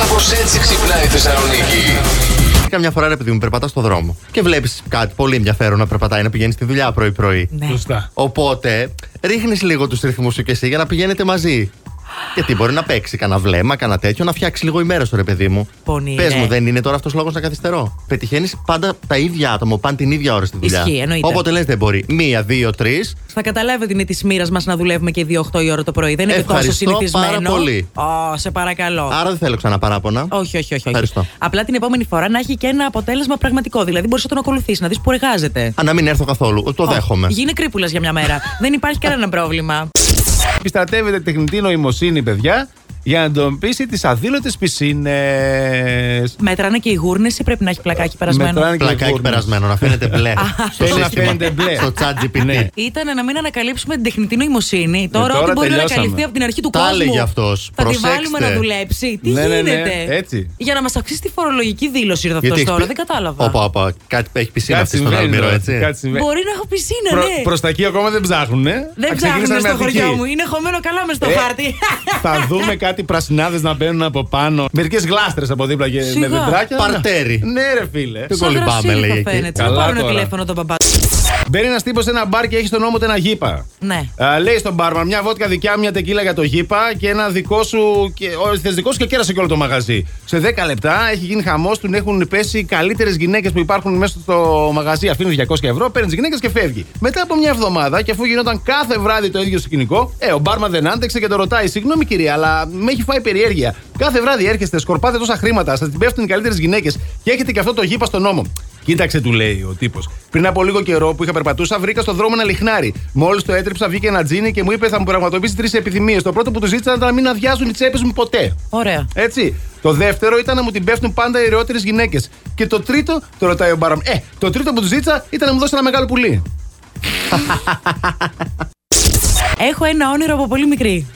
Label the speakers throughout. Speaker 1: Κάπως έτσι ξυπνάει η Θεσσαλονίκη.
Speaker 2: Καμιά φορά, ρε παιδί μου, περπατάς στον δρόμο και βλέπεις κάτι πολύ ενδιαφέρον να περπατάει, να πηγαίνει στη δουλειά πρωί-πρωί.
Speaker 3: Ναι.
Speaker 4: Σωστά.
Speaker 2: Οπότε, ρίχνεις λίγο τους ρυθμούς σου και εσύ για να πηγαίνετε μαζί. Γιατί μπορεί να παίξει κανένα βλέμμα, κανένα τέτοιο, να φτιάξει λίγο η μέρα σου, ρε παιδί μου.
Speaker 3: Πονηρέ.
Speaker 2: Πες μου, δεν είναι τώρα αυτός λόγος να καθυστερώ. Πετυχαίνεις πάντα τα ίδια άτομα, πάνε την ίδια ώρα στη δουλειά.
Speaker 3: Ισχύει, εννοείται.
Speaker 2: Οπότε λες δεν μπορεί. Μία, δύο, τρεις.
Speaker 3: Θα καταλάβετε ότι είναι της μοίρας μας να δουλεύουμε και 2-8 η ώρα το πρωί. Δεν είναι και τόσο
Speaker 2: Ευχαριστώ
Speaker 3: συνηθισμένο.
Speaker 2: πάρα πολύ.
Speaker 3: Ω, σε παρακαλώ.
Speaker 2: Άρα δεν θέλω ξανά παράπονα.
Speaker 3: Όχι, όχι, όχι.
Speaker 2: Ευχαριστώ.
Speaker 3: όχι. Απλά την επόμενη φορά να έχει και ένα αποτέλεσμα πραγματικό. Δηλαδή μπορείς να τον ακολουθήσει, να δεις που εργάζεται.
Speaker 2: Α, να μην έρθω καθόλου. Το δέχομαι.
Speaker 3: Γίνε κρύπουλας για μια μέρα. Δεν υπάρχει κανένα πρόβλημα.
Speaker 4: Επιστρατεύεται τεχνητή νοημοσύνη, παιδιά, για να εντοπίσει τις αδήλωτες πισίνες.
Speaker 3: Μετράνε και η γούρνηση, πρέπει να έχει πλακάκι περασμένο.
Speaker 2: Πλακάκι περασμένο, να φαίνεται μπλε. στο
Speaker 4: Θέλει να
Speaker 2: σύστημα.
Speaker 4: φαίνεται μπλε.
Speaker 2: Στο τσάτζι
Speaker 4: Ναι.
Speaker 2: πινί.
Speaker 3: Ήταν να μην ανακαλύψουμε την τεχνητή νοημοσύνη. Τώρα,
Speaker 4: τώρα
Speaker 3: ό,τι μπορεί να
Speaker 4: τελειώσαμε.
Speaker 3: ανακαλυφθεί από την αρχή του
Speaker 2: Ε, Τα
Speaker 3: κόσμου.
Speaker 2: έλεγε αυτός.
Speaker 3: Θα τη
Speaker 2: Προσέξτε.
Speaker 3: βάλουμε να δουλέψει. Τι
Speaker 4: Ναι, ναι, ναι,
Speaker 3: γίνεται.
Speaker 4: έτσι.
Speaker 3: Για να μας αυξήσει τη φορολογική δήλωση ήρθε
Speaker 2: Γιατί
Speaker 3: αυτός
Speaker 2: έχεις
Speaker 3: τώρα.
Speaker 2: πει-
Speaker 3: Δεν κατάλαβα.
Speaker 2: Όπα, όπα, κάτι έχει πισίνα
Speaker 4: Κάτι
Speaker 2: αυτή στον
Speaker 4: συμβαίνει.
Speaker 2: Αλμύρο,
Speaker 4: τώρα,
Speaker 2: έτσι.
Speaker 4: κάτι συμβαίνει.
Speaker 3: Μπορεί να έχω πισίνα,
Speaker 4: Προ-
Speaker 3: ναι.
Speaker 4: προς τα εκεί ακόμα δεν ψάχνουν, ε.
Speaker 3: Δεν
Speaker 4: Α,
Speaker 3: ψάχνουν
Speaker 4: ξεκίνησαν
Speaker 3: στο
Speaker 4: με Αττική.
Speaker 3: χωριό μου. Είναι χωμένο καλά μες στο
Speaker 4: Ε,
Speaker 3: χάρτη.
Speaker 4: Θα δούμε κάτι πρασινάδες να μπαίνουν από πάνω. Μερικές γλάστρες από δίπλα και με
Speaker 3: Σιγά.
Speaker 4: δεντράκια.
Speaker 2: Παρτέρι.
Speaker 4: Ναι, ρε φίλε.
Speaker 2: Δεν
Speaker 3: Σαν
Speaker 2: κολυμπάμε,
Speaker 3: δρασίλι
Speaker 2: λέει
Speaker 3: θα
Speaker 2: εκεί.
Speaker 3: φαίνεται. Θα
Speaker 4: Καλά
Speaker 3: πάρουν
Speaker 4: τώρα.
Speaker 3: τηλέφωνο τον παπά.
Speaker 4: Μπαίνει ένας τύπος σε ένα μπαρ και έχει στον νόμο του ένα γήπα.
Speaker 3: Ναι.
Speaker 4: Α, Ε, λέει στον μπάρμαν μια βότκα δικιά μου, μια τεκίλα για το γήπα και ένα δικό σου. Και, ο, θες δικό σου και κέρασε και όλο το μαγαζί. Σε 10 λεπτά έχει γίνει χαμός, του έχουν πέσει οι καλύτερες γυναίκες που υπάρχουν μέσα στο μαγαζί. Αφήνει 200 ευρώ, παίρνεις γυναίκες και φεύγει. Μετά από μια εβδομάδα και αφού γινόταν κάθε βράδυ το ίδιο σκηνικό, ε, ο μπάρμαν δεν άντεξε και το ρωτάει: Συγγνώμη κυρία, αλλά με έχει φάει περιέργεια. Κάθε βράδυ έρχεστε, σκορπάτε τόσα χρήματα, σας την πέφτουν οι καλύτερες γυναίκες και έχετε και αυτό το γήπα στον νόμο. Κοίταξε, του λέει ο τύπος. Πριν από λίγο καιρό που είχα περπατούσα, βρήκα στον δρόμο ένα λιχνάρι. Μόλις το έτρεψα, βγήκε ένα τζίνι και μου είπε θα μου πραγματοποιήσει τρεις επιθυμίες. Το πρώτο που του ζήτησα ήταν να μην αδειάζουν οι τσέπες μου ποτέ.
Speaker 3: Ωραία.
Speaker 4: Έτσι. Το δεύτερο ήταν να μου την πέφτουν πάντα οι ρεότερε γυναίκες. Και το τρίτο, το ρωτάει ο Μπάραμ. Ε, το τρίτο που του ζήτησα ήταν να μου δώσει ένα μεγάλο πουλί.
Speaker 3: Έχω ένα όνειρο από πολύ μικρή.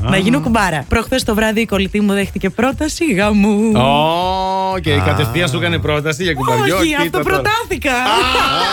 Speaker 3: Να γίνω κουμπάρα. Προχθές το βράδυ η κολλητή μου δέχτηκε πρόταση γαμού.
Speaker 4: Ω, και κατευθείαν σου έκανε πρόταση για
Speaker 3: Όχι, αυτοπροτάθηκα.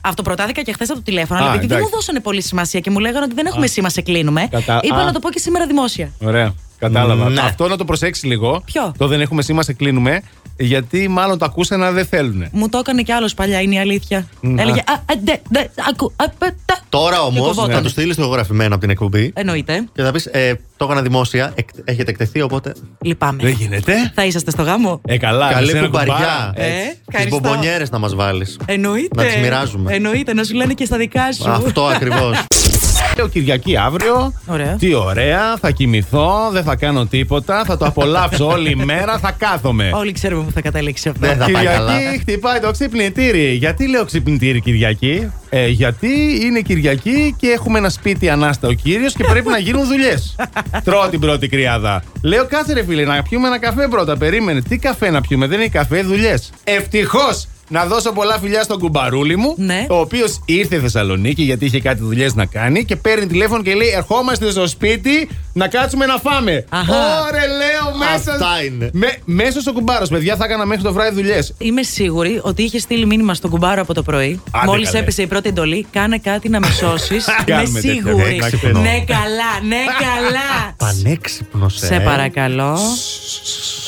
Speaker 3: Αυτοπροτάθηκα και χθες από το τηλέφωνο,
Speaker 4: Α,
Speaker 3: αλλά επειδή δεν μου
Speaker 4: εντάξει.
Speaker 3: δώσανε πολύ σημασία και μου λέγανε ότι δεν έχουμε σήμα, σε κλείνουμε.
Speaker 4: Κατά-
Speaker 3: Είπα
Speaker 4: α.
Speaker 3: να το πω και σήμερα δημόσια.
Speaker 4: Ωραία. Κατάλαβα.
Speaker 2: Ναι.
Speaker 4: Αυτό να το προσέξει λίγο.
Speaker 3: Ποιο?
Speaker 4: Το δεν έχουμε σήμα, σε κλείνουμε. Γιατί μάλλον το ακούσαν, αλλά δεν θέλουν.
Speaker 3: Μου το έκανε κι άλλος παλιά, είναι η αλήθεια.
Speaker 4: Μμ,
Speaker 3: Έλεγε.
Speaker 4: α.
Speaker 3: Α, α, ντε, ντε, ακού, α, πε, τα».
Speaker 2: Τώρα
Speaker 3: Και
Speaker 2: όμως
Speaker 3: κοβόταν.
Speaker 2: θα του στείλει το γραφημένο από την εκπομπή
Speaker 3: Εννοείται.
Speaker 2: και θα πεις: ε, Το έκανα δημόσια, εκ- έχετε εκτεθεί, οπότε.
Speaker 3: Λυπάμαι.
Speaker 4: γίνεται.
Speaker 3: Θα είσαστε στο γάμο.
Speaker 4: Ε, καλά.
Speaker 2: Καλή
Speaker 4: εσένα
Speaker 2: κουμπαριά.
Speaker 4: κουμπάρα.
Speaker 3: Ε,
Speaker 2: Τις
Speaker 3: ευχαριστώ.
Speaker 2: μπομπονιέρες να μας βάλεις.
Speaker 3: Εννοείται.
Speaker 2: Να τις μοιράζουμε.
Speaker 3: Εννοείται, να σου λένε και στα δικά σου.
Speaker 2: Αυτό ακριβώς.
Speaker 4: Λέω Ε, Κυριακή αύριο.
Speaker 3: Ωραία.
Speaker 4: Τι ωραία. Θα κοιμηθώ. Δεν θα κάνω τίποτα. Θα το απολαύσω όλη η μέρα. Θα κάθομαι.
Speaker 3: Όλοι ξέρουμε που θα καταλήξει αυτό.
Speaker 2: Δεν Ναι, θα πάει καλά.
Speaker 4: Κυριακή χτυπάει το ξυπνητήρι. Γιατί λέω ξυπνητήρι Κυριακή. Ε, γιατί είναι Κυριακή και έχουμε ένα σπίτι ανάστα ο κύριος και πρέπει να γίνουν δουλειές. Τρώω την πρώτη κρυάδα. Λέω κάτσε ρε φίλε, να πιούμε ένα καφέ πρώτα. Περίμενε. Τι καφέ να πιούμε, δεν είναι καφέ, δουλειές. Ευτυχώς να δώσω πολλά φιλιά στον κουμπαρούλι μου,
Speaker 3: Ναι.
Speaker 4: ο οποίος ήρθε Θεσσαλονίκη γιατί είχε κάτι δουλειές να κάνει και παίρνει τηλέφωνο και λέει: Ερχόμαστε στο σπίτι να κάτσουμε να φάμε.
Speaker 3: Αχα.
Speaker 4: Ωρε, λέω μέσα.
Speaker 2: Αυτά είναι.
Speaker 4: Με, μέσα στο κουμπάρος, παιδιά, θα έκανα μέχρι το βράδυ δουλειές.
Speaker 3: Είμαι σίγουρη ότι είχε στείλει μήνυμα στον κουμπάρο από το πρωί.
Speaker 4: Άντε
Speaker 3: Μόλι
Speaker 4: καλέ.
Speaker 3: έπεσε η πρώτη εντολή, κάνε κάτι να με σώσεις.
Speaker 4: Κάνουμε
Speaker 3: Είμαι
Speaker 4: τέτοια, ναι,
Speaker 3: σίγουρη.
Speaker 4: ξυπνώ.
Speaker 3: ναι, καλά, ναι, καλά.
Speaker 2: Πανέξυπνος,
Speaker 3: Σε παρακαλώ.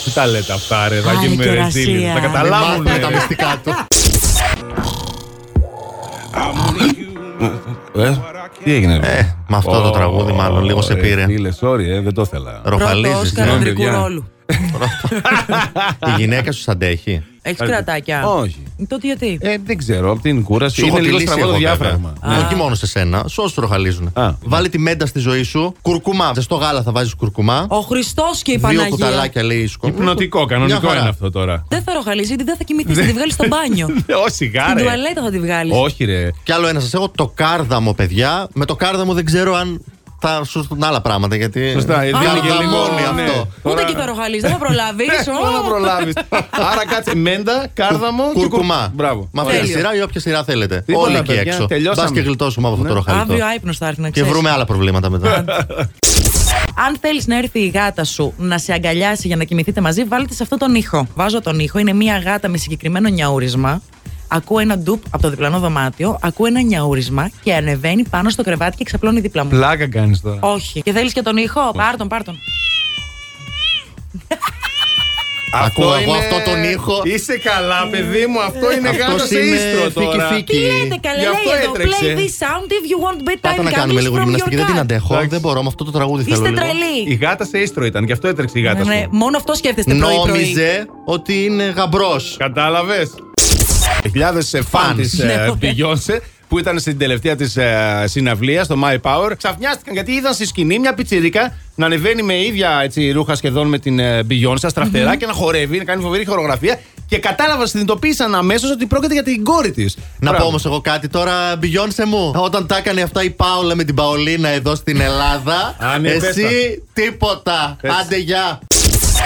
Speaker 4: Τι τα λέτε αυτά, ρε, θα
Speaker 3: Άρη
Speaker 4: γίνουμε
Speaker 3: και
Speaker 4: ρε
Speaker 3: ορασία.
Speaker 4: τσίλι. Θα
Speaker 3: Με
Speaker 4: καταλάβουν.
Speaker 2: Μάθαμε τα μυστικά του.
Speaker 4: Ε, Τι έγινε, ρε.
Speaker 2: με Ε, αυτό το τραγούδι, μάλλον, λίγο σε πήρε.
Speaker 4: Φίλε, sorry, ε, δεν το ήθελα.
Speaker 3: Πρώτο
Speaker 2: Ροχαλίζει.
Speaker 3: Όσκαρ
Speaker 4: ναι,
Speaker 3: ανδρικού
Speaker 4: παιδιά.
Speaker 3: ρόλου.
Speaker 2: Η γυναίκα σου σ' αντέχει.
Speaker 3: Έχεις
Speaker 4: Άντε.
Speaker 3: κρατάκια.
Speaker 4: Όχι.
Speaker 3: Τότε γιατί.
Speaker 4: Ε, δεν ξέρω, από την κούραση.
Speaker 2: Σου έχω
Speaker 4: είναι
Speaker 2: τη
Speaker 4: λίγο
Speaker 2: λύση
Speaker 4: στραβό το
Speaker 2: εγώ,
Speaker 4: διάφραγμα.
Speaker 2: βέβαια. Ναι, Όχι μόνο σε σένα, σε όσους ροχαλίζουν.
Speaker 4: Ναι. Α.
Speaker 2: Βάλει τη μέντα στη ζωή σου, κουρκουμά. Στο γάλα θα βάζεις κουρκουμά.
Speaker 3: Ο Χριστός και η
Speaker 2: Δύο
Speaker 3: Παναγία.
Speaker 2: κουταλάκια λέει σκο.
Speaker 4: Υπνοτικό,
Speaker 2: Μια
Speaker 4: κανονικό
Speaker 2: χαρά.
Speaker 4: είναι αυτό τώρα.
Speaker 3: Δεν θα ροχαλίζει, γιατί δεν θα κοιμηθείς. Θα τη βγάλεις στο μπάνιο.
Speaker 4: Όχι,
Speaker 3: Την
Speaker 4: γάρε.
Speaker 3: τουαλέτα Ε, θα τη βγάλεις.
Speaker 4: Όχι, ρε.
Speaker 2: Κι άλλο ένα σας έχω, το κάρδαμο, παιδιά. Με το κάρδαμο δεν ξέρω αν θα σου έρθουν άλλα πράγματα. Γιατί.
Speaker 4: Σωστά, ε, δίνει και λίγο.
Speaker 2: Καρδαμόνι
Speaker 4: ναι.
Speaker 2: αυτό.
Speaker 3: Ούτε
Speaker 4: Τώρα-
Speaker 3: και θα ροχαλίζει, δεν θα προλάβεις.
Speaker 4: Ναι, Πώς θα προλάβεις. Άρα κάτσε μέντα, κάρδαμο. και
Speaker 2: Κουρκουμά.
Speaker 4: Μπράβο.
Speaker 2: Με αυτή τη
Speaker 3: Τέλειο.
Speaker 2: σειρά ή όποια σειρά θέλετε.
Speaker 4: Τίποτα,
Speaker 2: Όλοι εκεί
Speaker 4: παιδιά,
Speaker 2: έξω.
Speaker 4: τελειώσαμε.
Speaker 2: Μπας και γλιτώσουμε από αυτό το
Speaker 3: Ναι.
Speaker 2: ροχαλιτό.
Speaker 3: Αύριο άϊπνος θα έρθει να
Speaker 2: Και
Speaker 3: ξέρεις.
Speaker 2: βρούμε άλλα προβλήματα μετά.
Speaker 3: Αν θέλεις να έρθει η γάτα σου να σε αγκαλιάσει για να κοιμηθείτε μαζί, βάλτε σε αυτό τον ήχο. Βάζω τον ήχο, είναι μία γάτα με συγκεκριμένο νιαούρισμα. Ακούω ένα ντουπ από το διπλανό δωμάτιο, ακούω ένα νιαούρισμα και ανεβαίνει πάνω στο κρεβάτι και ξαπλώνει δίπλα μου.
Speaker 4: Πλάκα κάνεις τώρα.
Speaker 3: Όχι. Και θέλεις και τον ήχο, πάρ τον, πάρ τον.
Speaker 4: Αυτό
Speaker 2: Ακούω εγώ
Speaker 4: είναι-
Speaker 2: αυτό τον ήχο.
Speaker 4: Είσαι καλά, παιδί μου. Αυτό είναι
Speaker 2: Αυτός
Speaker 4: γάτος σε
Speaker 2: είναι
Speaker 4: ίστρο τώρα.
Speaker 2: φίκι-φίκι.
Speaker 3: Τι λέτε, καλέ,
Speaker 4: Γι'
Speaker 3: λέει
Speaker 4: αυτό
Speaker 3: εδώ.
Speaker 4: έτρεξε.
Speaker 3: Play this sound if you want bedtime
Speaker 2: Πάτα να κάνουμε
Speaker 3: candles
Speaker 2: λίγο
Speaker 3: from
Speaker 2: γυμναστική.
Speaker 3: your
Speaker 2: Δεν την
Speaker 3: cat.
Speaker 2: αντέχω.
Speaker 4: Εντάξει.
Speaker 2: Δεν μπορώ με αυτό το τραγούδι. Θέλω
Speaker 3: Είστε
Speaker 2: λίγο.
Speaker 4: Η
Speaker 3: τρελοί.
Speaker 4: γάτα σε ίστρο ήταν, γι' αυτό έτρεξε η γάτας
Speaker 3: Ναι,
Speaker 4: σου.
Speaker 3: μόνο αυτό σκέφτεστε πρωί-πρωί.
Speaker 2: Νόμιζε ότι είναι γαμπρός.
Speaker 4: Κατάλαβες. Χιλιάδε φαν ε, τη
Speaker 2: ε,
Speaker 3: Ναι, ωραία.
Speaker 4: Beyoncé που ήταν στην τελευταία της συναυλία στο My Power ξαφνιάστηκαν γιατί είδαν στη σκηνή μια πιτσιρίκα να ανεβαίνει με ίδια έτσι, ρούχα σχεδόν με την ε, Beyoncé, στραφτερά και να χορεύει, να κάνει φοβερή χορογραφία και κατάλαβαν, συνειδητοποίησαν αμέσως ότι πρόκειται για την κόρη της.
Speaker 2: Να πω όμως εγώ κάτι τώρα, μπιγιόνσε μου. Όταν τα έκανε αυτά η Πάολα με την Παολίνα εδώ στην Ελλάδα,
Speaker 4: Α, ναι, πες τα.
Speaker 2: εσύ τίποτα.
Speaker 4: Πες.
Speaker 2: Άντε γεια.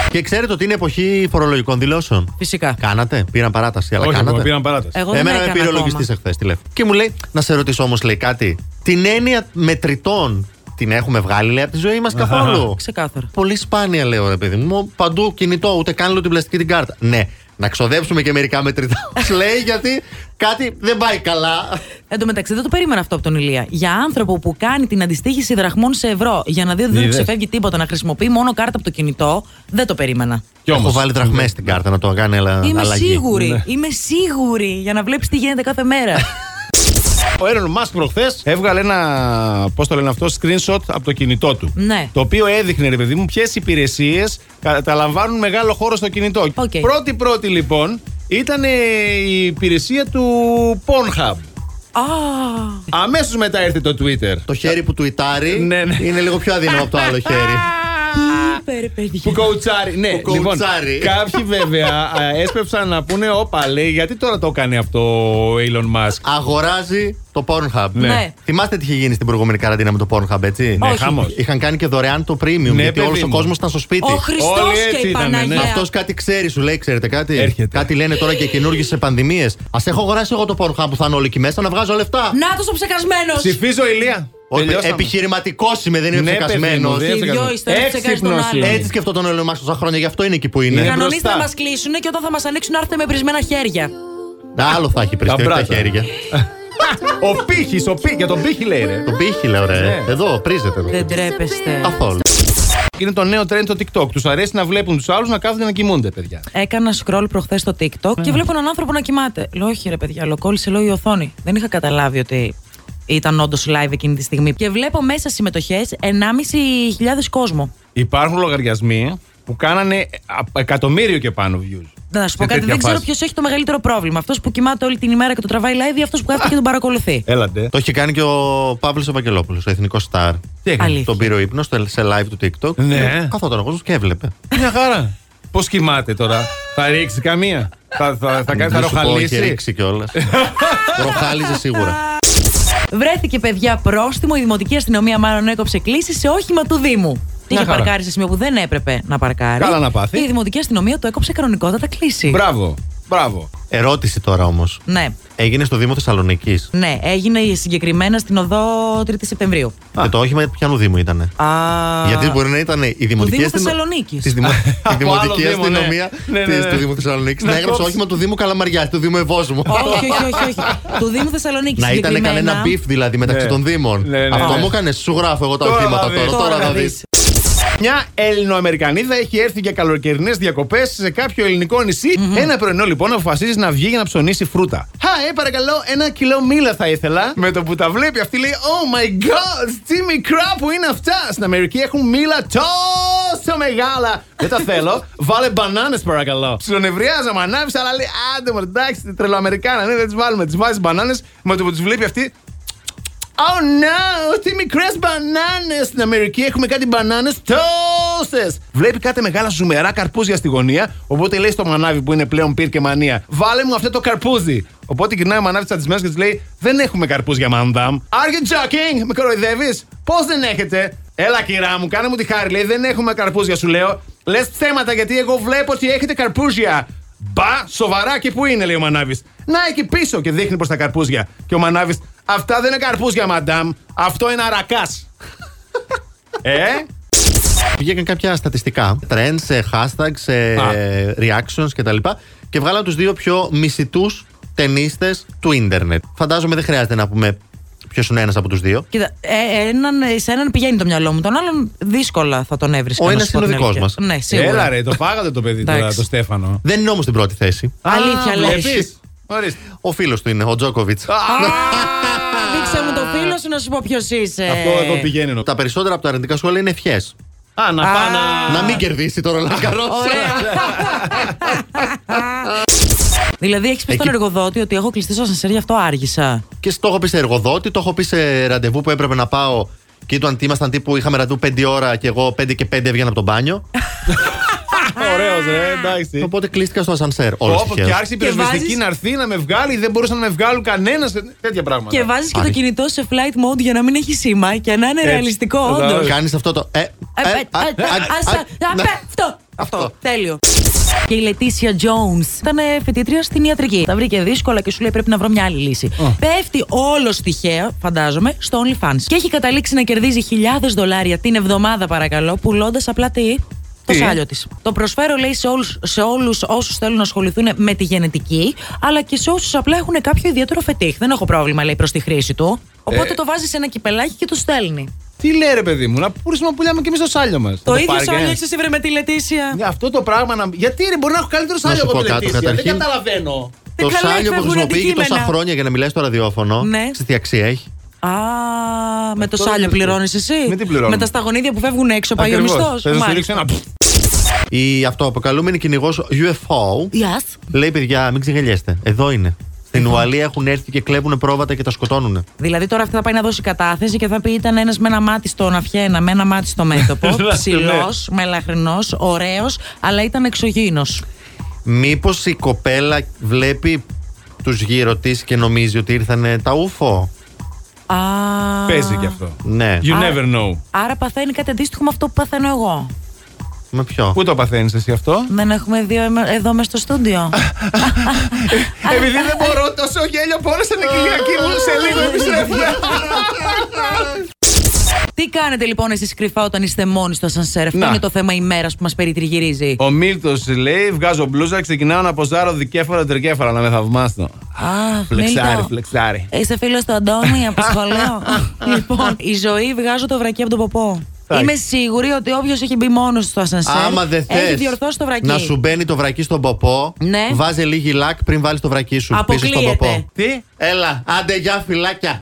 Speaker 2: Και ξέρετε ότι είναι εποχή φορολογικών δηλώσεων.
Speaker 3: Φυσικά.
Speaker 2: Κάνατε, πήραν παράταση, αλλά
Speaker 4: Όχι,
Speaker 2: κάνατε.
Speaker 4: ακόμα, πήραν παράταση.
Speaker 3: Εγώ δεν
Speaker 2: Εμένα με
Speaker 3: έκανα
Speaker 2: πήρε ο
Speaker 3: ακόμα.
Speaker 2: λογιστής εχθές τηλέφωνο. Και μου λέει, να σε ρωτήσω όμως, λέει κάτι. Την έννοια μετρητών την έχουμε βγάλει, λέει, από τη ζωή μας καθόλου.
Speaker 3: Ξεκάθαρα.
Speaker 2: Πολύ σπάνια, λέω, ρε παιδί μου. Παντού κινητό, ούτε καν λέω την πλαστική την κάρτα. Ναι, να ξοδέψουμε και μερικά μετρητά. μας λέει, γιατί κάτι δεν πάει καλά.
Speaker 3: Εν τω μεταξύ, δεν το περίμενα αυτό από τον Ηλία. Για άνθρωπο που κάνει την αντιστοίχηση δραχμών σε ευρώ για να δει ότι δεν του
Speaker 4: Είδες.
Speaker 3: ξεφεύγει τίποτα, να χρησιμοποιεί μόνο κάρτα από το κινητό, δεν το περίμενα.
Speaker 4: Κι όμως.
Speaker 2: Έχω βάλει δραχμές στην κάρτα να το κάνει αλλά-
Speaker 3: Είμαι
Speaker 2: αλλαγή.
Speaker 3: σίγουρη.
Speaker 4: Ναι.
Speaker 3: Είμαι σίγουρη για να βλέπεις τι γίνεται κάθε μέρα.
Speaker 4: Ο Έρον Μάσκ προχθές έβγαλε ένα, πώς το λένε αυτό, screenshot από το κινητό του.
Speaker 3: Ναι.
Speaker 4: Το οποίο έδειχνε, ρε παιδί μου, ποιες υπηρεσίες καταλαμβάνουν μεγάλο χώρο στο κινητό.
Speaker 3: Οκ.
Speaker 4: Πρώτη-πρώτη, λοιπόν, ήταν ε, η υπηρεσία του Pornhub.
Speaker 3: Α,
Speaker 4: Αμέσως μετά έρθει το Twitter.
Speaker 2: Το χέρι που του ιτάρει
Speaker 4: Ναι, ναι.
Speaker 2: είναι λίγο πιο αδύναμο από το άλλο χέρι.
Speaker 3: τι είπε, ρε παιδιά.
Speaker 4: Που κοουτσάρει. Ναι,
Speaker 2: Που
Speaker 4: λοιπόν,
Speaker 2: κοουτσάρει.
Speaker 4: Κάποιοι βέβαια α, έσπευσαν να πούνε, όπα λέει, γιατί τώρα το κάνει αυτό ο Elon Musk.
Speaker 2: Αγοράζει το Pornhub.
Speaker 4: Ναι.
Speaker 3: Ναι.
Speaker 2: Θυμάστε τι είχε γίνει στην προηγούμενη καραντίνα με το Pornhub, έτσι.
Speaker 4: Ναι,
Speaker 3: Όχι.
Speaker 4: χάμος.
Speaker 2: Είχαν κάνει και δωρεάν το premium
Speaker 4: Ναι,
Speaker 2: γιατί
Speaker 4: παιδί
Speaker 2: όλο ο
Speaker 4: μου.
Speaker 2: κόσμος ήταν στο σπίτι.
Speaker 3: Ο Χριστός
Speaker 4: Όλοι
Speaker 3: και
Speaker 4: έτσι
Speaker 3: η
Speaker 4: ήτανε, ναι.
Speaker 3: Παναγία.
Speaker 2: Αυτός κάτι ξέρει, σου λέει, ξέρετε κάτι.
Speaker 4: Έρχεται.
Speaker 2: Κάτι λένε τώρα και καινούργιες πανδημίες. Ας έχω αγοράσει εγώ το Pornhub που θα είναι όλοι εκεί μέσα να βγάζω λεφτά.
Speaker 4: Ναι.
Speaker 3: Να το ο ψεκασμένος.
Speaker 4: Ψηφίζω ηλία.
Speaker 2: Επιχειρηματικός είμαι, δεν είμαι
Speaker 4: Ναι, παιδί
Speaker 2: ψεκασμένο.
Speaker 4: μου, δεν
Speaker 3: Και οι
Speaker 4: ψεκασμένος.
Speaker 3: δυο είστε, ένα ψεκάζει τον
Speaker 4: Έξυπνος
Speaker 3: άλλον.
Speaker 4: είναι. Ναι.
Speaker 2: Έτσι σκεφτόταν ο Ελεμάξ τόσα χρόνια, γι' αυτό είναι εκεί που είναι.
Speaker 4: Είναι
Speaker 3: Κανονίστε να
Speaker 4: μπροστά.
Speaker 3: μας κλείσουν και όταν θα μας ανοίξουν να έρθετε με πρισμένα χέρια.
Speaker 2: Άλλο θα έχει πριστεί τα
Speaker 4: μπράτα.
Speaker 2: χέρια.
Speaker 4: Ο πύχης, ο πύχη, για τον πύχη λέει ρε.
Speaker 2: Τον πύχη, λέω, ρε.
Speaker 4: Ναι.
Speaker 2: Εδώ, πρίζεται. εδώ.
Speaker 3: Δεν τρέπεστε.
Speaker 2: Καθόλου.
Speaker 4: Είναι το νέο trend το TikTok. Τους αρέσει να βλέπουν τους άλλους να κάθονται να κοιμούνται, παιδιά.
Speaker 3: Έκανα scroll προχθές στο TikTok
Speaker 4: Ναι.
Speaker 3: και βλέπω έναν άνθρωπο να κοιμάται. Λέω, Όχι, ρε παιδιά, λοκόλλησε λέω η οθόνη. Δεν είχα καταλάβει ότι ήταν όντως live εκείνη τη στιγμή. Και βλέπω μέσα συμμετοχέ 1.500 κόσμο.
Speaker 4: Υπάρχουν λογαριασμοί που κάνανε α- εκατομμύριο και πάνω views.
Speaker 3: Να σου πω
Speaker 4: Σε
Speaker 3: κάτι,
Speaker 4: τέτοια
Speaker 3: δεν ξέρω
Speaker 4: φάση.
Speaker 3: ποιος έχει το μεγαλύτερο πρόβλημα. Αυτός που κοιμάται όλη την ημέρα και το τραβάει live ή αυτός που κάθεται και τον παρακολουθεί.
Speaker 4: Έλατε.
Speaker 2: Το είχε κάνει και ο Παύλος Ευαγγελόπουλος, ο εθνικός στάρ.
Speaker 4: Τι έκανε?
Speaker 3: Αλήθεια.
Speaker 2: Τον πήρε ο ύπνος στο- σε live του TikTok.
Speaker 4: Ναι.
Speaker 2: Καθόταν ο κόσμος και έβλεπε.
Speaker 4: Μια χαρά. Πώς κοιμάται τώρα, θα ρίξει καμία. Θα, θα, θα, κάνει- θα
Speaker 2: Δεν σου πω, Είχε
Speaker 4: ροχαλίσει.
Speaker 2: ρίξει κιόλας. Ροχάλιζε σίγουρα.
Speaker 3: Βρέθηκε παιδιά πρόστιμο. Η δημοτική αστυνομία μάλλον έκοψε κλήσει σε όχημα του Δήμου.
Speaker 4: Μια
Speaker 3: Είχε
Speaker 4: χαρά.
Speaker 3: παρκάρει σε σημείο που δεν έπρεπε να παρκάρει.
Speaker 4: Καλά να πάθει.
Speaker 3: Και η δημοτική αστυνομία το έκοψε κανονικότατα κλήση.
Speaker 4: Μπράβο. Μπράβο.
Speaker 2: Ερώτηση τώρα όμως.
Speaker 3: Ναι.
Speaker 2: Έγινε στο Δήμο Θεσσαλονίκης.
Speaker 3: Ναι, έγινε συγκεκριμένα στην οδό 3η Σεπτεμβρίου.
Speaker 2: Και Ε, το όχημα πιανού Δήμου ήταν.
Speaker 3: Α,
Speaker 2: Γιατί μπορεί να ήταν η δημοτική
Speaker 3: Δήμου
Speaker 2: αστυνο-
Speaker 3: Θεσσαλονίκης.
Speaker 2: της δημο- Η
Speaker 4: Από
Speaker 2: δημοτική
Speaker 4: άλλο Δήμο, ναι.
Speaker 2: αστυνομία
Speaker 4: Ναι, ναι,
Speaker 2: της-
Speaker 4: ναι.
Speaker 2: του Δήμου Θεσσαλονίκης να
Speaker 4: Να
Speaker 2: έγραψε
Speaker 4: κόψει.
Speaker 2: όχημα του Δήμου Καλαμαριάς, του Δήμου Ευόσμου.
Speaker 3: όχι, όχι, όχι, όχι. Του Δήμου Θεσσαλονίκης.
Speaker 2: Να ήταν κανένα beef δηλαδή μεταξύ
Speaker 4: Ναι.
Speaker 2: των Δήμων.
Speaker 4: Ναι, ναι,
Speaker 2: Αυτό
Speaker 4: ναι.
Speaker 2: μου έκανε, σου γράφω εγώ τα
Speaker 4: Τώρα
Speaker 2: οχήματα
Speaker 4: θα δεις.
Speaker 2: ε, τώρα. Τώρα θα δει.
Speaker 4: Μια Ελληνοαμερικανίδα έχει έρθει για καλοκαιρινές διακοπές σε κάποιο ελληνικό νησί. Ένα πρωινό λοιπόν αποφασίζει να βγει για να ψωνίσει φρούτα. Χα, ε, παρακαλώ, ένα κιλό μήλα θα ήθελα. Με το που τα βλέπει αυτή λέει: Oh my god, τι μικρά που είναι αυτά! Στην Αμερική έχουν μήλα τόσο μεγάλα. Δεν τα θέλω. Βάλε μπανάνες παρακαλώ. Ψιλονευριάζαμε, ανάβησα, αλλά λέει: Άντε, μωρέ, εντάξει, τρελοαμερικάνα, ναι, δεν τις βάλουμε. Τις βάζεις μπανάνες. Με το που τις βλέπει αυτή, Oh no! Τι μικρές μπανάνες! Στην Αμερική έχουμε κάτι μπανάνες τόσες! Βλέπει κάτι μεγάλα ζουμερά καρπούζια στη γωνία, οπότε λέει στο μανάβι που είναι πλέον πυρ και μανία: Βάλε μου αυτό το καρπούζι! Οπότε γυρνάει ο μανάβι τσατισμένο και της λέει: Δεν έχουμε καρπούζια, μανδάμ. Are you joking? Με κοροϊδεύεις? Πώς δεν έχετε? Έλα, κυρά μου, κάνε μου τη χάρη. Λέει: Δεν έχουμε καρπούζια, σου λέω. Λες ψέματα γιατί εγώ βλέπω ότι έχετε καρπούζια. Μπα, σοβαρά και πού είναι, λέει ο Μανάβης. Να, εκεί πίσω και δείχνει προ τα καρπούζια. Και ο Μανάβης, αυτά δεν είναι καρπούζια, μαντάμ. Αυτό είναι αρακάς. ε,
Speaker 2: Βγήκαν κάποια στατιστικά, trends, ε, hashtags, ε,
Speaker 4: Α.
Speaker 2: reactions κτλ. Και βγάλαν τους δύο πιο μισητούς ταινίστες του ίντερνετ. Φαντάζομαι δεν χρειάζεται να πούμε Ποιος είναι ένας από τους δύο.
Speaker 3: Κοίτα, ε, έναν, ε, σε έναν πηγαίνει το μυαλό μου, τον άλλον δύσκολα θα τον έβρισκα.
Speaker 2: Ο
Speaker 3: να
Speaker 2: ένας
Speaker 3: σου πω
Speaker 2: είναι ο
Speaker 3: την
Speaker 2: δικός
Speaker 3: αλήθεια.
Speaker 2: μας.
Speaker 3: Ναι, σίγουρα.
Speaker 4: Έλα ρε, το φάγατε το παιδί τώρα,
Speaker 3: Εντάξει.
Speaker 4: το Στέφανο.
Speaker 2: Δεν είναι όμως στην πρώτη θέση.
Speaker 3: Αλήθεια,
Speaker 4: Α,
Speaker 3: λες.
Speaker 4: βλέπεις. Ορίστε.
Speaker 2: Ο φίλος του είναι, ο Τζόκοβιτ.
Speaker 3: Α, Δείξε μου το φίλο σου να σου πω ποιος είσαι.
Speaker 4: Αυτό εδώ πηγαίνει.
Speaker 2: Τα περισσότερα από τα αρνητικά σχόλια είναι ευχές.
Speaker 4: Α, να
Speaker 3: Α.
Speaker 4: πάνε.
Speaker 2: Να μην κερδίσει τώρα ο Λάσκαρο.
Speaker 3: Ωραία. δηλαδή, έχεις πει
Speaker 2: Εκεί-
Speaker 3: στον εργοδότη ότι έχω κλειστεί στο σανσέρ, γι' αυτό άργησα.
Speaker 2: Και στο έχω πει σε εργοδότη, το έχω πει σε ραντεβού που έπρεπε να πάω και ήταν ήμασταν τύπου είχαμε ραντεβού 5 ώρα και εγώ 5 και 5 έβγαινα από τον μπάνιο.
Speaker 3: Ε.
Speaker 4: Ωραίος, ρε, εντάξει.
Speaker 2: Οπότε κλείστηκα στο ασανσέρ. Όλο
Speaker 4: Όπω και άρχισε η
Speaker 3: Και
Speaker 4: πυροσβεστική
Speaker 3: βάζεις-
Speaker 4: να έρθει να με βγάλει, δεν μπορούσαν να με βγάλουν κανένας. Τέτοια πράγματα.
Speaker 3: Και βάζεις και το
Speaker 2: Άρη.
Speaker 3: κινητό σε flight mode για να μην έχει σήμα και να είναι
Speaker 4: Έτσι.
Speaker 3: ρεαλιστικό,
Speaker 4: Κατάλαβα.
Speaker 3: όντως.
Speaker 2: Κάνεις αυτό το. Ε, ναι. ε,
Speaker 3: Ε,
Speaker 2: α,
Speaker 3: ε, ε,
Speaker 2: α,
Speaker 3: ας-
Speaker 2: ας,
Speaker 3: α,
Speaker 2: να-
Speaker 3: πε, Αυτό.
Speaker 2: Αυτό.
Speaker 3: Αυτό. Τέλειο. Και η Λετήσια Jones ήταν ε, φοιτήτρια στην ιατρική. Τα βρήκε δύσκολα και σου λέει πρέπει να βρω μια άλλη λύση. Πέφτει όλος τυχαία, φαντάζομαι, στο OnlyFans. Και έχει καταλήξει να κερδίζει χιλιάδες δολάρια την εβδομάδα, παρακαλώ, πουλώντας απλά τι. Το
Speaker 4: Τι?
Speaker 3: σάλιο της. Το προσφέρω, λέει, σε όλους σε όλους όσους θέλουν να ασχοληθούν με τη γενετική, αλλά και σε όσους απλά έχουν κάποιο ιδιαίτερο φετίχ. Δεν έχω πρόβλημα, λέει, προς τη χρήση του. Οπότε
Speaker 4: Ε.
Speaker 3: το βάζει σε ένα κυπελάκι και το στέλνει.
Speaker 4: Τι λέει ρε παιδί μου, να πουλήσουμε να πουλάμε και εμείς το σάλιο μας.
Speaker 3: Το ίδιο σάλιο έχεις εσύ βρε με τη Λετήσια.
Speaker 4: Ναι, Αυτό το πράγμα να. Γιατί ρε, μπορεί να έχω καλύτερο
Speaker 2: Να
Speaker 4: σάλιο
Speaker 2: σου
Speaker 4: από
Speaker 2: πω
Speaker 4: τη
Speaker 2: κάτι,
Speaker 4: Λετήσια. Δεν
Speaker 2: καταρχήν.
Speaker 4: καταλαβαίνω.
Speaker 2: Το
Speaker 3: Ε, καλά
Speaker 2: σάλιο που
Speaker 3: φεύγουν
Speaker 2: χρησιμοποιεί και τόσα
Speaker 3: αντικείμενα.
Speaker 2: χρόνια για να μιλάει στο ραδιόφωνο.
Speaker 3: Ναι.
Speaker 2: Ξέρεις τι αξία έχει.
Speaker 3: Α, με το
Speaker 4: Αυτό
Speaker 3: σάλιο
Speaker 4: δεν-
Speaker 3: πληρώνεις εσύ.
Speaker 4: Με τι πληρώνω?
Speaker 3: τα σταγονίδια που φεύγουν έξω, πάει ο
Speaker 4: Ακριβώς.
Speaker 3: μισθό.
Speaker 4: Θα σου ρίξω ένα.
Speaker 2: Η αυτοαποκαλούμενη κυνηγός UFO
Speaker 3: Γεια. σας.
Speaker 2: λέει: Παιδιά, μην ξεγελιέστε. Εδώ είναι. Στην
Speaker 3: Λοιπόν.
Speaker 2: Ουαλία έχουν έρθει και κλέβουν πρόβατα και τα σκοτώνουν.
Speaker 3: Δηλαδή τώρα αυτή θα πάει να δώσει κατάθεση και θα πει ήταν ένας με ένα μάτι στον αυχένα, με ένα μάτι στο μέτωπο. Ψηλό, μελαχρινός, ωραίος, αλλά ήταν εξωγήινος.
Speaker 2: Μήπως η κοπέλα βλέπει τους γύρω τη και νομίζει ότι ήρθανε τα ούφο.
Speaker 3: Α.
Speaker 4: Παίζει κι αυτό.
Speaker 2: Ναι.
Speaker 4: You
Speaker 3: Α.
Speaker 4: never know.
Speaker 3: Άρα παθαίνει κάτι αντίστοιχο με αυτό που παθαίνω εγώ.
Speaker 2: Με ποιο.
Speaker 4: Πού το παθαίνεις εσύ αυτό.
Speaker 3: Δεν έχουμε δύο εμ- εδώ μες στο στούντιο.
Speaker 4: Επειδή δεν μπορώ τόσο γέλιο από όλε την Κυριακή μου, σε λίγο επιστρέφουμε.
Speaker 3: Τι κάνετε λοιπόν εσείς κρυφά όταν είστε μόνοι στο σανσέρ. Αυτό
Speaker 4: Να.
Speaker 3: είναι το θέμα ημέρας που μας περιτριγυρίζει.
Speaker 4: Ο Μίλτος λέει: Βγάζω μπλούζα, ξεκινάω να ποζάρω δικέφαλα τρικέφαλα να με θαυμάσω.
Speaker 3: Α,
Speaker 4: Φλεξάρι,
Speaker 3: Μίλτο.
Speaker 4: φλεξάρι.
Speaker 3: Είσαι φίλος του Αντώνη από σχολείο. λοιπόν, η ζωή βγάζω το βρακί από τον ποπό.
Speaker 4: Εντάξει.
Speaker 3: Είμαι σίγουρη ότι όποιος έχει μπει μόνος στο ασανσέρ
Speaker 2: Άμα δεν
Speaker 3: έχει
Speaker 2: θες
Speaker 3: διορθώσει το βρακί.
Speaker 2: να σου μπαίνει το βρακί στον ποπό,
Speaker 3: Ναι.
Speaker 2: βάζε λίγη λακ πριν βάλεις το βρακί σου πίσω στον
Speaker 3: Αποκλείεται.
Speaker 2: ποπό.
Speaker 4: Τι?
Speaker 2: Έλα, άντε για φυλάκια.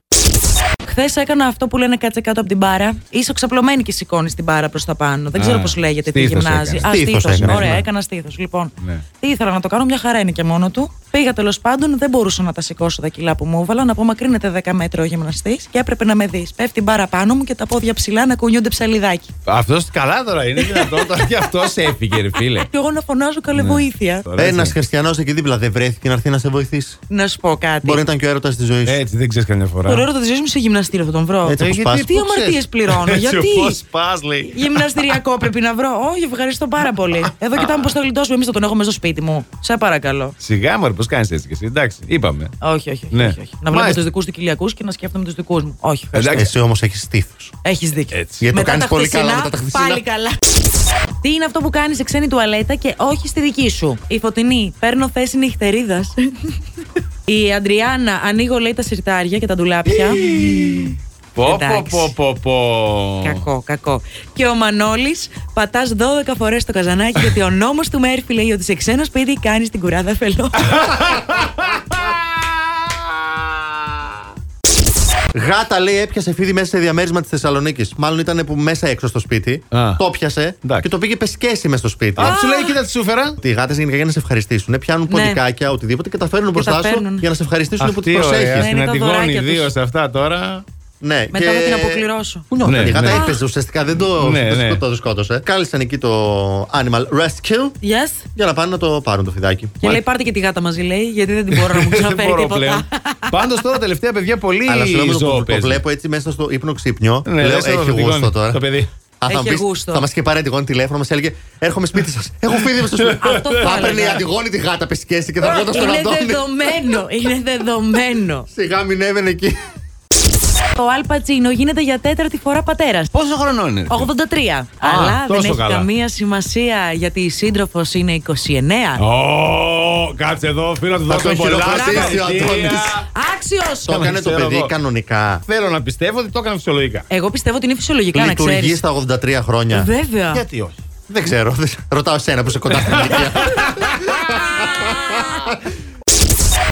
Speaker 3: Χθες έκανα αυτό που λένε κάτσε κάτω από την μπάρα. Είσαι ξαπλωμένη και σηκώνεις την μπάρα προς τα πάνω. Δεν
Speaker 4: Α,
Speaker 3: ξέρω πώς λέγεται, τι
Speaker 4: στήθος
Speaker 3: γυμνάζει.
Speaker 4: έκανα.
Speaker 3: Α,
Speaker 2: Στήθος
Speaker 3: στήθος.
Speaker 2: έκανα,
Speaker 3: Ωραία,
Speaker 2: ναι.
Speaker 3: έκανα στήθος. Λοιπόν,
Speaker 4: Ναι.
Speaker 3: τι ήθελα να το κάνω, μια χαρά είναι και μόνο του. Πήγα τέλος πάντων, δεν μπορούσα να τα σηκώσω τα κιλά που μου έβαλα, να απομακρύνεται 10 μέτρα ο γυμναστής και έπρεπε να με δεις. Πέφτει η μπάρα πάνω μου και τα πόδια ψηλά να κουνιούνται ψαλιδάκι.
Speaker 4: Αυτός καλά τώρα είναι δυνατόν. Τώρα και αυτός έφυγε, ρε φίλε.
Speaker 3: Και εγώ να φωνάζω
Speaker 2: Ναι.
Speaker 3: καλή βοήθεια.
Speaker 4: Τώρα
Speaker 2: Ένα
Speaker 4: έτσι.
Speaker 2: χριστιανός εκεί δίπλα δεν βρέθηκε να έρθει να σε βοηθήσει.
Speaker 3: Να σου πω κάτι.
Speaker 2: Μπορεί να ήταν και ο έρωτας της ζωής σου.
Speaker 4: Έτσι δεν ξέρεις καμιά φορά.
Speaker 3: Το ρόλο της ζωής μου σε γυμναστήριο θα τον βρω. Ε,
Speaker 2: Έτσι, όπως
Speaker 3: Γιατί-
Speaker 2: πας.
Speaker 3: Τι
Speaker 2: Πού ξέρεις.
Speaker 3: αμαρτίες πληρώνω, γιατί.
Speaker 4: πας, λέει.
Speaker 3: Γυμναστηριακό πρέπει να βρω. Όχι, ευχαριστώ πάρα πολύ. Εδώ κοιτάμε πώς θα γλιτώσουμε. Εμείς θα τον έχουμε στο σπίτι μου. Σε παρακαλώ.
Speaker 4: Σιγά μωρέ, πώς κάνεις έτσι και εσύ. Εντάξει, είπαμε.
Speaker 3: Όχι, όχι, όχι.
Speaker 4: Ναι.
Speaker 3: όχι, όχι. Να βλέπω
Speaker 4: Μάλιστα.
Speaker 3: τους δικούς του Κυλιακού και να σκέφτομαι τους δικούς μου. Όχι.
Speaker 4: Εντάξει.
Speaker 2: Εσύ όμως έχεις τύφο.
Speaker 3: Έχεις δίκιο.
Speaker 4: Έτσι.
Speaker 2: Ε, Γιατί το
Speaker 3: Μετά
Speaker 2: κάνεις
Speaker 3: τα
Speaker 2: πολύ
Speaker 3: χθεσινά,
Speaker 2: καλά μετά τα χθεσινά.
Speaker 3: Πάλι καλά. Τι είναι αυτό που κάνεις σε ξένη τουαλέτα και όχι στη δική σου. Η φωτεινή. Παίρνω θέση νυχτερίδας. Η Αντριάννα, ανοίγω λέει τα σιρτάρια και τα ντουλάπια.
Speaker 4: Πω, πω,
Speaker 3: Εντάξει.
Speaker 4: πω, πω, πω.
Speaker 3: Κακό, κακό. Και ο Μανώλης πατάς 12 φορές το καζανάκι γιατί ο νόμος του Μέρφυ λέει ότι σε ξένο σπίτι κάνεις την κουράδα φελό.
Speaker 2: Γάτα λέει έπιασε φίδι μέσα σε διαμέρισμα της Θεσσαλονίκης. Μάλλον ήταν που μέσα έξω στο σπίτι.
Speaker 4: Α.
Speaker 2: Το πιασε
Speaker 4: Εντάξει.
Speaker 2: και το πήγε πεσκέσει μέσα στο σπίτι.
Speaker 4: Α, σου λέει, κοίτα τη σούφερα.
Speaker 2: Οι γάτες γενικά για να σε ευχαριστήσουν. Πιάνουν
Speaker 3: Ναι.
Speaker 2: ποντικάκια, οτιδήποτε και τα φέρνουν
Speaker 3: Και τα
Speaker 2: μπροστά σου
Speaker 3: φέρνουν.
Speaker 2: για να σε ευχαριστήσουν που
Speaker 4: Αυτή
Speaker 2: την
Speaker 4: η ωραία.
Speaker 3: Ναι,
Speaker 2: προσέχει.
Speaker 3: είναι
Speaker 4: Στην
Speaker 3: τα
Speaker 4: Αντιγόνη
Speaker 3: δωράκια
Speaker 4: ιδίω
Speaker 3: τους.
Speaker 4: αυτά τώρα.
Speaker 2: Ναι,
Speaker 3: Μετά θα την αποπληρώσω.
Speaker 2: Πού νιώθανε,
Speaker 4: Ναι,
Speaker 2: η γάτα
Speaker 4: ναι.
Speaker 2: έπαιζε ουσιαστικά, δεν το,
Speaker 4: Ναι,
Speaker 2: το,
Speaker 4: ναι.
Speaker 2: σκο- το σκότωσε. Κάλεσαν εκεί το Animal Rescue
Speaker 3: Yes.
Speaker 2: για να πάνε να το πάρουν το φιδάκι.
Speaker 3: Και λέει πάρτε και τη γάτα μαζί λέει γιατί δεν την μπορώ να μου
Speaker 4: Δεν
Speaker 3: ξαναφέρει
Speaker 4: μπορώ
Speaker 3: τίποτα.
Speaker 4: πλέον. Πάντως τώρα τελευταία παιδιά πολύ
Speaker 2: Αλλά σου λέω με το που
Speaker 4: ζώο
Speaker 2: το
Speaker 4: παίζει.
Speaker 2: βλέπω έτσι μέσα στο ύπνο ξύπνιο.
Speaker 4: Ναι,
Speaker 2: Λέω
Speaker 4: λες,
Speaker 2: έχει
Speaker 4: το
Speaker 2: γούστο
Speaker 4: δικό-
Speaker 2: τώρα.
Speaker 4: Το παιδί.
Speaker 2: Α, θα
Speaker 3: Έχει
Speaker 2: μπεις-
Speaker 3: γούστο.
Speaker 2: Θα μας και πάρει Αντιγόνη τηλέφωνο, μας έλεγε Έρχομαι σπίτι σας. Έχω φίδι με στο σπίτι.
Speaker 3: Αυτό θα
Speaker 2: θα
Speaker 3: έλεγα.
Speaker 2: έπαιρνε η Αντιγόνη τη γάτα πεσκέση και θα βγω στον
Speaker 3: Είναι
Speaker 2: Αντώνη.
Speaker 3: δεδομένο, είναι δεδομένο.
Speaker 2: Σιγά μην έβαινε εκεί.
Speaker 3: Ο Αλ Πατσίνο γίνεται για τέταρτη φορά πατέρας.
Speaker 4: Πόσο χρονών είναι.
Speaker 3: 83. Αλλά δεν
Speaker 4: τόσο
Speaker 3: έχει
Speaker 4: καλά.
Speaker 3: καμία σημασία γιατί η σύντροφος είναι 29.
Speaker 4: Ω, κάτσε εδώ, φίλο, να του
Speaker 2: Θα
Speaker 4: δώσω
Speaker 2: τον
Speaker 4: πολλά.
Speaker 2: χειροκροτήσει ο
Speaker 4: συγχαρητήρια.
Speaker 2: Αντώνης.
Speaker 3: Άξιος!
Speaker 2: Το έκανε το
Speaker 4: ξέρω
Speaker 2: παιδί
Speaker 4: εγώ.
Speaker 2: κανονικά.
Speaker 4: Θέλω να πιστεύω ότι το έκανε φυσιολογικά.
Speaker 3: Εγώ πιστεύω ότι είναι φυσιολογικά να
Speaker 2: Λειτουργεί
Speaker 3: ξέρεις.
Speaker 2: στα 83 χρόνια.
Speaker 3: Βέβαια.
Speaker 4: Γιατί όχι.
Speaker 2: Δεν ξέρω. Ρωτάω εσένα που είσαι κοντά στην ηλικία.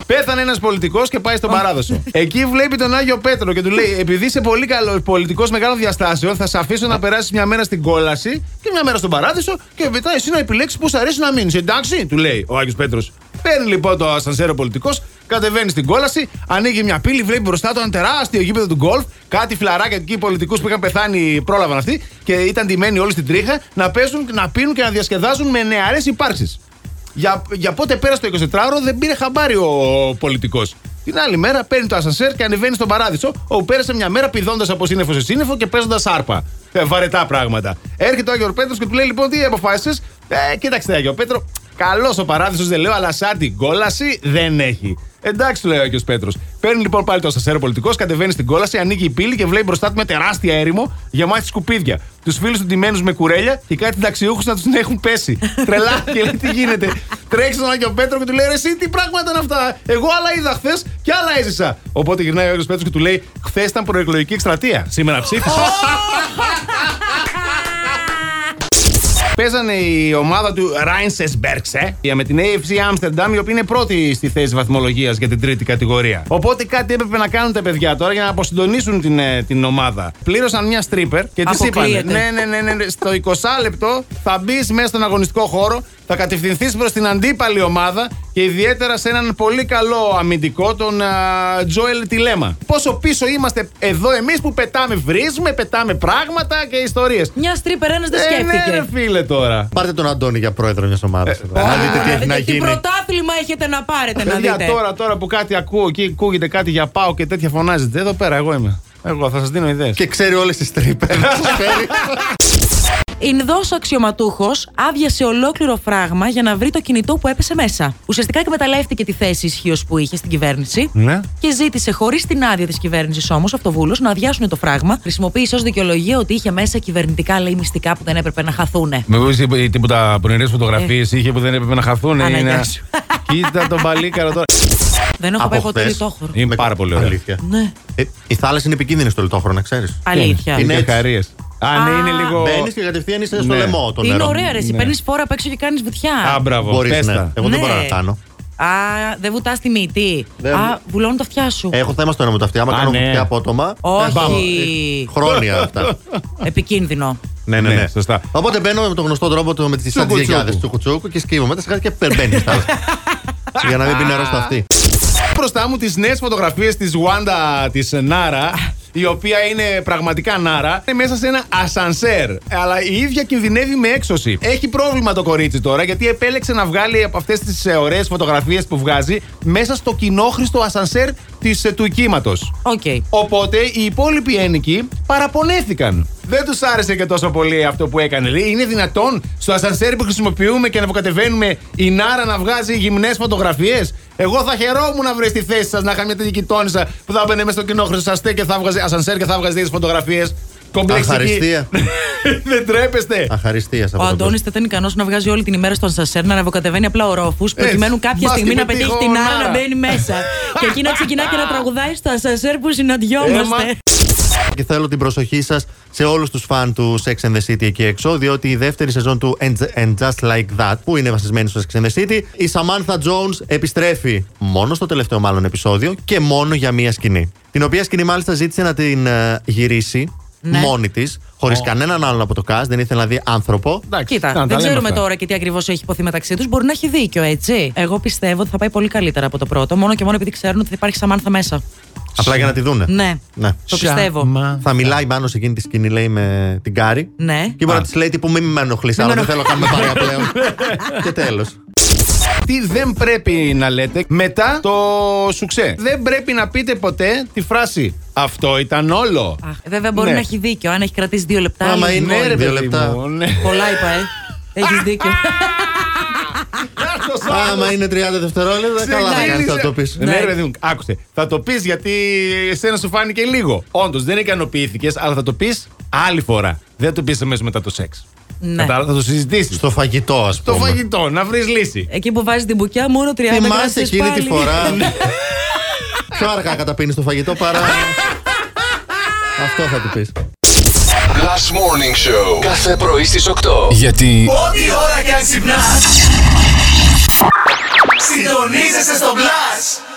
Speaker 4: Πέθανε ένας πολιτικός και πάει στον παράδοσο. Εκεί βλέπει τον Άγιο Πέτρο και του λέει: Επειδή είσαι πολύ καλό πολιτικός μεγάλων διαστάσεων, θα σε αφήσω να περάσεις μια μέρα στην κόλαση και μια μέρα στον παράδεισο και μετά εσύ να επιλέξεις που σου αρέσει να μείνεις. Εντάξει, του λέει ο Άγιος Πέτρος. Παίρνει λοιπόν το ασανσέρο πολιτικός, κατεβαίνει στην κόλαση, ανοίγει μια πύλη, βλέπει μπροστά του ένα τεράστιο γήπεδο του γκολφ, κάτι φλαράκια εκεί πολιτικούς που είχαν πεθάνει πρόλαβαν αυτοί και ήταν ντυμένοι όλοι στην τρίχα να παίζουν, να πίνουν και να διασκεδάζουν με νεαρές υπάρξεις. Για, για πότε πέρασε το 24ωρο δεν πήρε χαμπάρι ο πολιτικός. Την άλλη μέρα παίρνει το ασανσέρ και ανεβαίνει στον παράδεισο, όπου πέρασε μια μέρα πηδώντας από σύννεφο σε σύννεφο και παίζοντας άρπα. Ε, βαρετά πράγματα. Έρχεται ο Άγιος Πέτρος και του λέει: Λοιπόν, τι αποφάσισες. Ε, κοίταξε, Άγιο Πέτρο, καλός ο παράδεισος δεν λέω, αλλά σαν την κόλαση δεν έχει. Εντάξει, του λέει ο Άγιος Πέτρος. Παίρνει λοιπόν πάλι το ασανσέρ πολιτικός, κατεβαίνει στην κόλαση, ανοίγει η πύλη και βλέπει μπροστά του μια τεράστια έρημο γεμάτη σκουπίδια. Τους φίλους του ντυμένους με κουρέλια και κάτι ταξιούχους να τους έχουν πέσει. Τρελάθηκε, λέει τι γίνεται. Τρέξει τον Άγιο Πέτρο και του λέει: «Ρε Εσύ τι πράγματα είναι αυτά. Εγώ άλλα είδα χθες και άλλα έζησα. Οπότε γυρνάει ο Άγιος Πέτρος και του λέει: Χθες ήταν προεκλογική εκστρατεία. Σήμερα ψήφισα. Παίζανε η ομάδα του Ράινσεσμπέρξε με την AFC Άμστερνταμ, η οποία είναι πρώτη στη θέση βαθμολογίας για την τρίτη κατηγορία. Οπότε κάτι έπρεπε να κάνουν τα παιδιά τώρα για να αποσυντονίσουν την, ε, την ομάδα. Πλήρωσαν μια στρίπερ και της είπαν: ναι,
Speaker 3: Αποκλείεται.
Speaker 4: ναι, ναι, ναι, ναι, στο 20 λεπτό θα μπεις μέσα στον αγωνιστικό χώρο, θα κατευθυνθείς προς την αντίπαλη ομάδα και ιδιαίτερα σε έναν πολύ καλό αμυντικό, τον Τζόελ Τιλέμα. Πόσο πίσω είμαστε εδώ εμείς που πετάμε, βρίζουμε, πετάμε πράγματα και ιστορίες.
Speaker 3: Μια στρίπερ ένας δεν
Speaker 4: Ε, ναι, ρε
Speaker 3: σκέφτηκε.
Speaker 4: φίλε τώρα.
Speaker 2: Πάρτε τον Αντώνη για πρόεδρο μιας ομάδας.
Speaker 3: Ε,
Speaker 2: Να δείτε τι έχει να
Speaker 3: Τι
Speaker 2: γίνει.
Speaker 3: πρωτάθλημα έχετε να πάρετε να
Speaker 4: Παιδιά,
Speaker 3: δείτε.
Speaker 4: τώρα, τώρα που κάτι ακούω και ακούγεται κάτι για πάω και τέτοια φωνάζετε. Εδώ πέρα, εγώ είμαι. Εγώ θα σας δίνω ιδέες.
Speaker 2: Και ξέρει όλες τις τρύπες.
Speaker 3: Ινδός αξιωματούχος άδειασε ολόκληρο φράγμα για να βρει το κινητό που έπεσε μέσα. Ουσιαστικά εκμεταλλεύτηκε τη θέση ισχύω που είχε στην κυβέρνηση
Speaker 4: Ναι.
Speaker 3: και ζήτησε χωρίς την άδεια της κυβέρνησης όμως αυτοβούλο να αδειάσουν το φράγμα. Χρησιμοποίησε ως δικαιολογία ότι είχε μέσα κυβερνητικά λέει μυστικά που δεν έπρεπε να χαθούν.
Speaker 4: Μήπω είχε τίποτα πονηρές φωτογραφίες
Speaker 3: Ε.
Speaker 4: είχε που δεν έπρεπε να χαθούν.
Speaker 3: Αναγκιά σου.
Speaker 4: Κοίτα τον παλίκαρο τώρα.
Speaker 3: Δεν έχω πάει ποτέ λιτόχωρο.
Speaker 4: Είναι πάρα πολύ ωραία.
Speaker 2: Αλήθεια.
Speaker 3: Ναι,
Speaker 2: Ε, η θάλασσα είναι επικίνδυνη στο λιτόχωρο, να ξέρεις.
Speaker 3: αλήθεια.
Speaker 2: Είναι
Speaker 4: Είναι
Speaker 2: έτσι.
Speaker 4: καρίε. Α, ναι, είναι λίγο.
Speaker 2: Μπαίνεις και κατευθείαν είσαι στο
Speaker 4: Ναι.
Speaker 2: λαιμό το νερό.
Speaker 3: Είναι ωραία, ρε. εσύ
Speaker 4: Ναι.
Speaker 3: Παίρνεις φόρα απ' έξω και κάνεις βουτιά.
Speaker 4: Α, μπράβο.
Speaker 2: Μπορείς,
Speaker 4: πες
Speaker 2: ναι.
Speaker 4: τα.
Speaker 2: Εγώ δεν
Speaker 3: Ναι.
Speaker 2: μπορώ να κάνω.
Speaker 3: Α, δεν βουτάς τη μύτη.
Speaker 2: Δεν-
Speaker 3: Α, βουλώνουν τα αυτιά σου.
Speaker 2: Έχω θέμα στο νερό με τα αυτιά. Άμα
Speaker 4: Α,
Speaker 2: κάνω
Speaker 4: ναι. Ε,
Speaker 2: κουτιά απότομα.
Speaker 3: Όχι.
Speaker 2: Χρόνια αυτά.
Speaker 3: Επικίνδυνο.
Speaker 2: ναι, ναι,
Speaker 4: Ναι,
Speaker 2: ναι.
Speaker 4: σωστά.
Speaker 2: Οπότε μπαίνω με τον γνωστό τρόπο το- με τις
Speaker 4: Τσουκουτσούκου.
Speaker 2: αντιγεγιάδε του κουτσούκου και σκύβω μετά σιγά και περμπαίνει. Για να μην πει νερό στο αυτή.
Speaker 4: Μπροστά μου τις νέες φωτογραφίες της Wanda της Νάρα, η οποία είναι πραγματικά Νάρα, είναι μέσα σε ένα ασανσέρ. Αλλά η ίδια κινδυνεύει με έξωση. Έχει πρόβλημα το κορίτσι τώρα, γιατί επέλεξε να βγάλει από αυτές τις ωραίες φωτογραφίες που βγάζει μέσα στο κοινόχρηστο ασανσέρ της, ε, του οικίματο.
Speaker 3: Οκ.
Speaker 4: Οπότε οι υπόλοιποι ένοικοι παραπονέθηκαν. Δεν τους άρεσε και τόσο πολύ αυτό που έκανε. Λέει, είναι δυνατόν στο ασανσέρ που χρησιμοποιούμε και να αποκατεβαίνουμε η Νάρα να βγάζει γυμνές φωτογραφίες. Εγώ θα χαιρόμουν να βρεις στη θέση σας να είχα μια τέτοια κοιτώνισσα που θα μπαινε μέσα στο κοινό χρυσαστέ και θα βγάζει ασανσέρ και θα βγάζει τέτοιε φωτογραφίες. Κομπλεξική.
Speaker 2: Αχαριστία.
Speaker 4: Δεν τρέπεστε.
Speaker 2: Αχαριστία σε
Speaker 3: Ο
Speaker 2: αυτό. το
Speaker 3: Αντώνη θα ήταν ικανός να βγάζει όλη την ημέρα στον Σασέρ να ανεβοκατεβαίνει απλά ορόφους, προκειμένου κάποια
Speaker 4: Ε, μπας
Speaker 3: στιγμή
Speaker 4: και
Speaker 3: να πετύχει
Speaker 4: πετύχω
Speaker 3: την άρα
Speaker 4: Νάρα.
Speaker 3: να μπαίνει μέσα. και εκεί να ξεκινά και να τραγουδάει στο Σασέρ που
Speaker 4: Έμα.
Speaker 3: συναντιόμαστε.
Speaker 2: και θέλω την προσοχή σας σε όλους τους φαν του Sex and the City εκεί έξω, διότι η δεύτερη σεζόν του And, and Just Like That, που είναι βασισμένη στο Sex and the City, η Samantha Jones επιστρέφει μόνο στο τελευταίο μάλλον επεισόδιο και μόνο για μία σκηνή. Την οποία σκηνή μάλιστα ζήτησε να την ε, γυρίσει
Speaker 3: Ναι.
Speaker 2: μόνη της, χωρίς κανέναν άλλον από το cast, δεν ήθελε να δει άνθρωπο.
Speaker 3: Ναι.
Speaker 4: Εντάξει, να τα
Speaker 3: Κοίτα, δεν
Speaker 4: λέμε
Speaker 3: ξέρουμε
Speaker 4: αυτά.
Speaker 3: τώρα και τι ακριβώς έχει υποθεί μεταξύ τους. Μπορεί να έχει δίκιο, έτσι. Εγώ πιστεύω ότι θα πάει πολύ καλύτερα από το πρώτο, μόνο και μόνο επειδή ξέρουν ότι θα υπάρχει Σαμάνθα μέσα.
Speaker 2: Απλά για να τη δούνε.
Speaker 3: Ναι,
Speaker 2: Ναι.
Speaker 3: το πιστεύω.
Speaker 4: Μα-
Speaker 2: Θα μιλάει πάνω σε εκείνη τη σκηνή, λέει, με την Κάρη.
Speaker 3: Ναι.
Speaker 2: Και μπορεί να της λέει τύπου μην με ενοχλείς, αλλά δεν θέλω να κάνουμε παρέα πλέον. και τέλος.
Speaker 4: Τι δεν πρέπει να λέτε μετά το σουξέ. Δεν πρέπει να πείτε ποτέ τη φράση Αυτό ήταν όλο.
Speaker 3: Αχ, βέβαια μπορεί
Speaker 4: Ναι.
Speaker 3: να έχει δίκιο. Αν έχει κρατήσει δύο λεπτά.
Speaker 2: Άμα
Speaker 3: λέει,
Speaker 2: είναι-
Speaker 3: «Ναι,
Speaker 2: ρε,
Speaker 4: παιδί
Speaker 2: δύο λεπτά.
Speaker 4: μου, ναι.
Speaker 3: Πολλά είπα, ε. Έχεις δίκιο.
Speaker 4: Άρθος
Speaker 2: Άμα
Speaker 4: άλλος.
Speaker 2: είναι 30 δευτερόλεπτα, καλά θα κάνει
Speaker 4: Ξεκίνησε.
Speaker 2: να το πεις.
Speaker 4: Ναι, ρε παιδί μου, άκουσε. Θα το πεις γιατί εσένα σου φάνηκε λίγο. Όντως δεν ικανοποιήθηκες, αλλά θα το πεις Άλλη φορά. Δεν το πεις αμέσως μετά το σεξ.
Speaker 3: Ναι.
Speaker 4: Κατάλαβα, θα το συζητήσεις.
Speaker 2: Στο φαγητό, ας
Speaker 4: Το
Speaker 2: πούμε.
Speaker 4: φαγητό, να βρεις λύση.
Speaker 3: Εκεί που βάζεις την μπουκιά, μόνο 30
Speaker 2: Θυμάσαι
Speaker 3: κράτησες
Speaker 2: εκείνη
Speaker 3: πάλι.
Speaker 2: τη φορά. Πιο αργά καταπίνεις το φαγητό παρά. Αυτό θα του πεις.
Speaker 1: Last Morning Show. Κάθε πρωί στις 8.
Speaker 5: Γιατί
Speaker 6: Ό,τι ώρα κι αν ξυπνάς Συντονίζεσαι στο Blast.